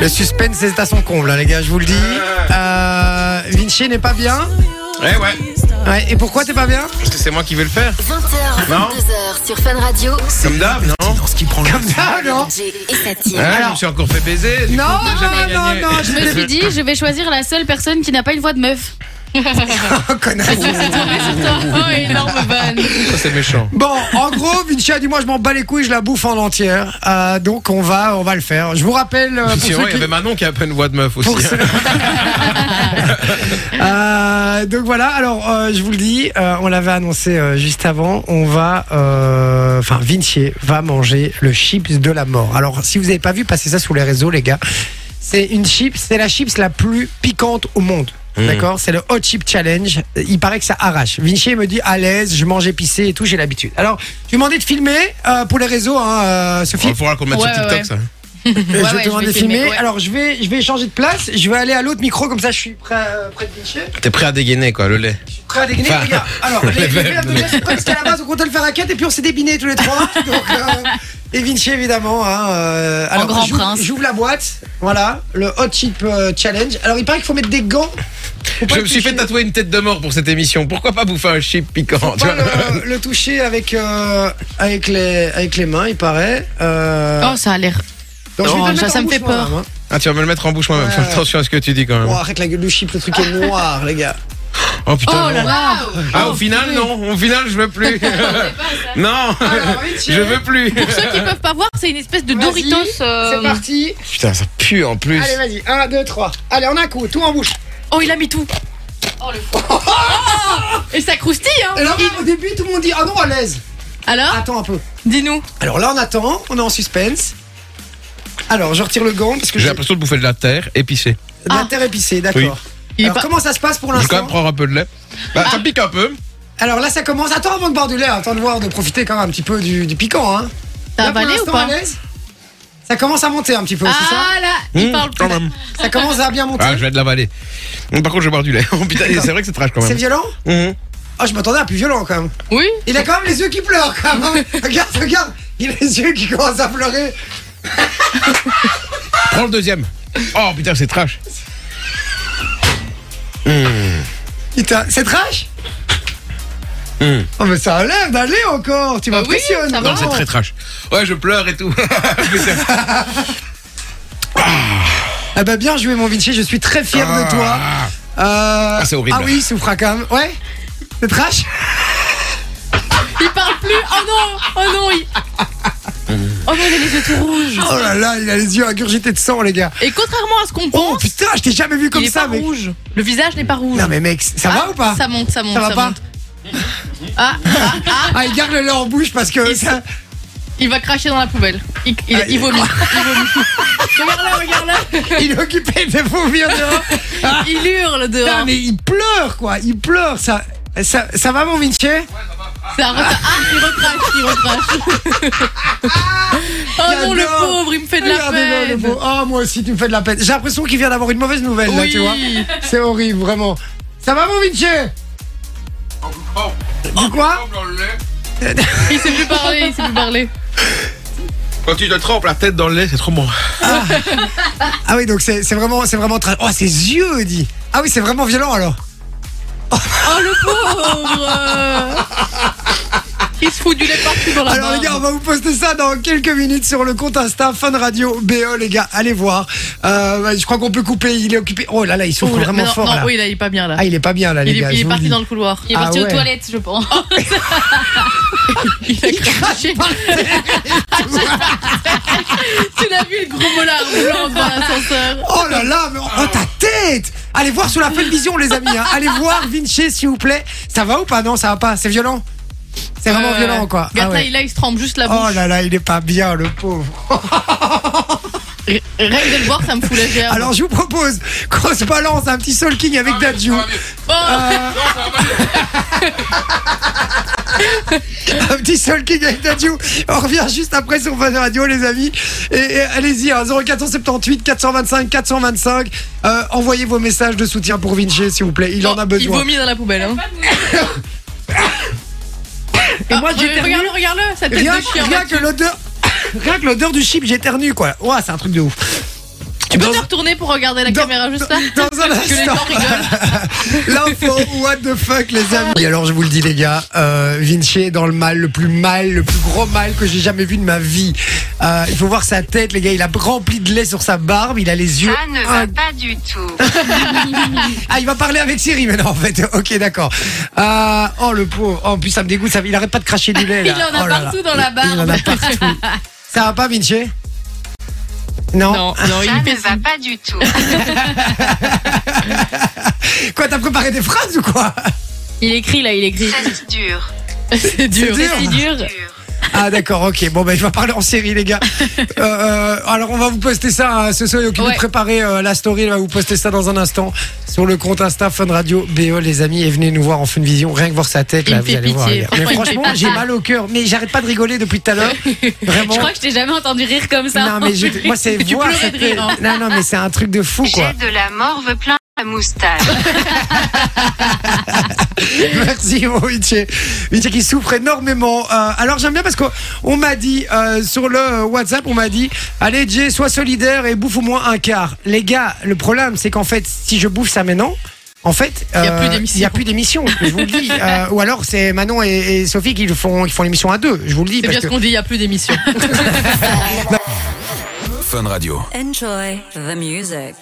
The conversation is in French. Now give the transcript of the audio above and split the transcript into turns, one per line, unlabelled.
Le suspense est à son comble, hein, les gars, je vous le dis. Euh, Vinci n'est pas bien.
Eh ouais,
Ouais, et pourquoi t'es pas bien
parce que c'est moi qui vais le faire.
20h,
Non.
22h sur Fun Radio.
Comme d'hab, non
Dans ce qui prend le
Comme ça, non
Jay et sa team.
Hein, Je
Alors-
me suis encore fait baiser. du
Non,
coup, j'ai jamais
non,
gagné.
non,
Je me suis dit, je vais choisir la seule personne qui n'a pas une voix de meuf.
Oh, connasse.
Oh, énorme bonne.
Ça, c'est méchant.
Bon, en gros, Vinci a dit moi je m'en bats les couilles, je la bouffe en entière. Euh, donc on va, on va le faire. Je vous rappelle euh, pour
C'est
ceux
vrai, il y
qui...
avait Manon qui a un peu une voix de meuf aussi.
pour ceux- Euh, donc voilà, alors euh, je vous le dis, euh, on l'avait annoncé euh, juste avant, on va, euh, enfin Vinci va manger le chips de la mort. Alors si vous n'avez pas vu passer ça sur les réseaux, les gars, c'est une chips, c'est la chips la plus piquante au monde. D'accord C'est le Hot Chip Challenge. Il paraît que ça arrache. Vinci il me dit à l'aise, je mange épicé et tout, j'ai l'habitude. Alors, je lui ai demandé de filmer euh, pour les réseaux, hein, euh, Sophie.
Il faudra qu'on le mette
Ouais,
sur
ouais,
TikTok, ça.
Euh,
Ouais,
je
ouais,
te demande
je
de
vais
filmer.
filmer, ouais.
Alors, je vais, je vais changer de place. Je vais aller à l'autre micro, comme ça, je suis prêt, euh, près de Vinci.
T'es prêt à dégainer, quoi, le lait.
Prêt à dégainer,
Enfin,
les gars. Alors, les, les verres de lait sont presque à la base. On comptait le faire à 4 et puis on s'est débinés tous les trois. Donc, euh, et Vinci, évidemment. Hein, euh, alors,
grand
j'ouvre-
prince.
J'ouvre la boîte. Voilà, le Hot Chip euh, Challenge. Alors, il paraît qu'il faut mettre des gants. Faut pas
Je me suis
toucher-
fait tatouer une tête de mort pour cette émission. Pourquoi pas bouffer un chip piquant
Faut
tu
pas
vois
le, le toucher avec, euh, avec, les, avec les mains, il paraît. Euh,
Oh, ça a l'air.
donc, je vais
non,
te le mettre
ça,
en
ça me
bouche,
fait peur.
madame, hein.
Ah, tu vas me le mettre en bouche moi-même.
Ouais.
Fais attention à ce que tu dis quand
Oh,
même.
arrête la gueule du chip, le truc est noir, les gars.
Oh putain. non.
là
Ah, au final, non. Au final, je veux plus.
Ah,
non,
Alors, Vinci,
je veux plus.
Pour ceux qui peuvent pas voir, c'est une espèce de
Vas-y,
Doritos. euh,
C'est parti.
Putain, ça pue en plus.
Allez, vas-y. 1, 2, 3. Allez, on a un coup, tout en bouche.
Oh, il a mis tout. Oh. Et ça croustille, hein
Et là, au début, tout le monde dit Ah non, à l'aise.
Alors,
Attends un peu.
dis-nous.
Alors là, on attend, on est en suspense. Alors, je retire le gant parce que
J'ai
j'ai
l'impression de bouffer de la terre épicée.
de la terre épicée,
Oui.
d'accord.
Ah. Il est
Alors,
pas-
comment ça se passe pour
Je vais quand même
l'instant
prendre un peu de lait. Bah, ça pique un peu.
Alors là, ça commence. Attends avant de boire du lait, hein, attends de voir, de profiter quand même un petit peu du, du piquant. Hein.
T'as
Là, pour
avalé ou
l'instant,
pas
à l'aise, Ça commence à monter un petit peu, c'est ça Hum,
Ah là, il
Mmh,
parle
quand
plus.
même.
Ça commence à bien monter.
Ah, je vais de l'avaler. Par contre, je vais boire du lait. Oh, putain, c'est vrai que c'est trash quand
C'est
même.
violent
Mhm.
Ah, je m'attendais à plus violent quand même.
Oui.
Il a quand même les yeux qui pleurent quand même. regarde, regarde, il a les yeux qui commencent à pleurer.
Prends le deuxième. Oh putain, c'est trash.
Putain, c'est trash
Hmm.
hein, Oh mais ça a l'air d'aller encore, tu
Bah
m'impressionnes.
oui, ça
Non,
va.
c'est très trash. Ouais, je pleure et tout. Putain.
Ah bah bien joué mon Vinci, je suis très fier de toi.
Ah.
Euh,
Ah, c'est horrible.
Ah oui, souffra quand même. Ouais C'est trash
Il parle plus. Oh non, oh non, il. Oh non, il a les yeux tout rouges.
Oh là là, il a les yeux ingurgités de sang les gars.
Et contrairement à ce qu'on
Oh
pense,
putain, je t'ai jamais vu comme
il est
ça
pas
mec.
rouge. Le visage n'est pas rouge.
Non mais mec, ça
Ah,
va ou pas
Ça monte, ça monte,
Ça va
ça,
pas
monte. Ah, ah, ah,
Ah, il garde le lait en bouche parce que
Il
ça...
il va cracher dans la poubelle. Il, il, il vomit. Il vomit. regarde là, regarde là.
il est occupé de vomir dehors.
Il hurle
Putain,
dehors.
mais il pleure quoi, il pleure ça. Ça, ça va mon Vinci
Ça re- Ah, il recrache, il recrache. oh non, le
J'adore.
pauvre, il me fait de la
Regardez-le, le
peine.
beau. Oh, moi aussi, tu me fais de la peine. J'ai l'impression qu'il vient d'avoir une mauvaise nouvelle, là,
Oui.
tu vois. C'est horrible, vraiment. Ça va, mon Vinci Du quoi
Il sait plus parler, il sait plus parler.
Quand tu te trempes la tête dans le lait, c'est trop bon.
Ah oui, donc c'est c'est vraiment, c'est vraiment tra- Oh, ses yeux, dit. Ah oui, c'est vraiment violent alors.
Oh le pauvre Il se fout du lait partout dans la
Alors les
barbe.
gars, on va vous poster ça dans quelques minutes sur le compte Insta Fun Radio BE, les gars. Allez voir. Euh, bah, je crois qu'on peut couper. Il est occupé. Oh là là, il souffre
Ouh là,
vraiment
mais non,
fort
non,
là.
oui, là, il est pas bien là.
Ah, il est pas bien là,
il
les
est,
gars.
il est
je vous le
parti
dis.
dans le couloir.
Ah
parti
ouais.
aux toilettes, je pense.
Il a craché. tu l'as vu le gros molar blanc dans l'ascenseur.
Oh là là, mais oh, ta tête Allez voir sur la Fun Vision, les amis. hein. Allez voir Vinci, s'il vous plaît. Ça va ou pas Non, ça va pas. C'est violent. C'est vraiment
Euh,
violent, quoi. Ah
Regarde là,
ouais.
il, là, il se trempe juste la
Oh
bouche.
là là, il est pas bien, le pauvre.
R- Rien que de le voir, ça me fout la gerbe.
Alors, je vous propose qu'on se balance un petit Soul King avec Dadju. Euh,
Oh,
un petit Soul King avec Dadju. On revient juste après sur Fun Radio, les amis. Et, et allez-y, hein, 0478 425 425. Euh, envoyez vos messages de soutien pour Vinci, s'il vous plaît. Il en a
Il
besoin.
vomit dans la poubelle. Hein.
Et
Ah,
moi, j'éternue.
regarde, le regarde le sa tête
Rien,
de chien.
rien que l'odeur. Rien que l'odeur du chip, j'éternue quoi. Ouah, c'est un truc de ouf.
Tu peux
Dans-
te retourner pour regarder la
dans-
caméra juste là
dans un
Que les gens
instant.
rigolent.
L'info, what the fuck, les amis. Et alors, je vous le dis, les gars, euh, Vinci est dans le mal, le plus mal, le plus gros mal que j'ai jamais vu de ma vie. Euh, il faut voir sa tête, les gars. Il a rempli de lait sur sa barbe, il a les yeux.
Ça ne
in-
va pas du tout.
Ah, il va parler avec Siri maintenant, en fait. Ok, d'accord. Euh, oh, le pauvre. Oh, en plus, ça me dégoûte. ça- il arrête pas de cracher du lait,
Il
là.
en a
Oh là là.
partout dans la barbe.
Il en a partout. Ça va pas, Vinci non.
Non, non,
Ça
il
ne
fait
va pas du tout.
Quoi, t'as préparé des phrases ou quoi
Il écrit là, il écrit.
C'est dur.
C'est dur.
dur.
C'est si dur.
dur.
Ah d'accord, ok. Bon ben je vais parler en série les gars. Euh, euh, alors on va vous poster ça hein, ce soir. Il y a aucune
Ouais.
de préparer euh, la story. On va vous poster ça dans un instant sur le compte Insta Fun Radio BO les amis et venez nous voir en Fun Vision. Rien que voir sa tête
Il
là,
me
vous
fait
allez voir.
pitié.
les gars. Mais
Franchement, il me fait
franchement j'ai
pitié.
mal au cœur. Mais j'arrête pas de rigoler depuis tout à l'heure. Vraiment.
Je crois que je t'ai jamais entendu rire comme ça.
non mais je- moi c'est
Tu
voir.
pleurais
ça
de
fait-
rire, hein.
Non non mais c'est un truc de fou quoi.
J'ai de la morve plein la moustache.
Merci mon Vinci. Vinci qui souffre énormément. Euh, alors j'aime bien parce qu'on on m'a dit euh, sur le euh, WhatsApp, on m'a dit allez Jay, sois solidaire et bouffe au moins un quart. Les gars, le problème c'est qu'en fait, si je bouffe ça maintenant, en fait,
Il y a
euh,
plus d'émission.
il y a plus d'émission. Je vous le dis. Euh, ou alors c'est Manon et, et Sophie qui le font, qui font l'émission à deux. Je vous le dis.
C'est
parce
bien ce qu'on dit, il n'y a plus d'émission.
Fun Radio.
Enjoy the music.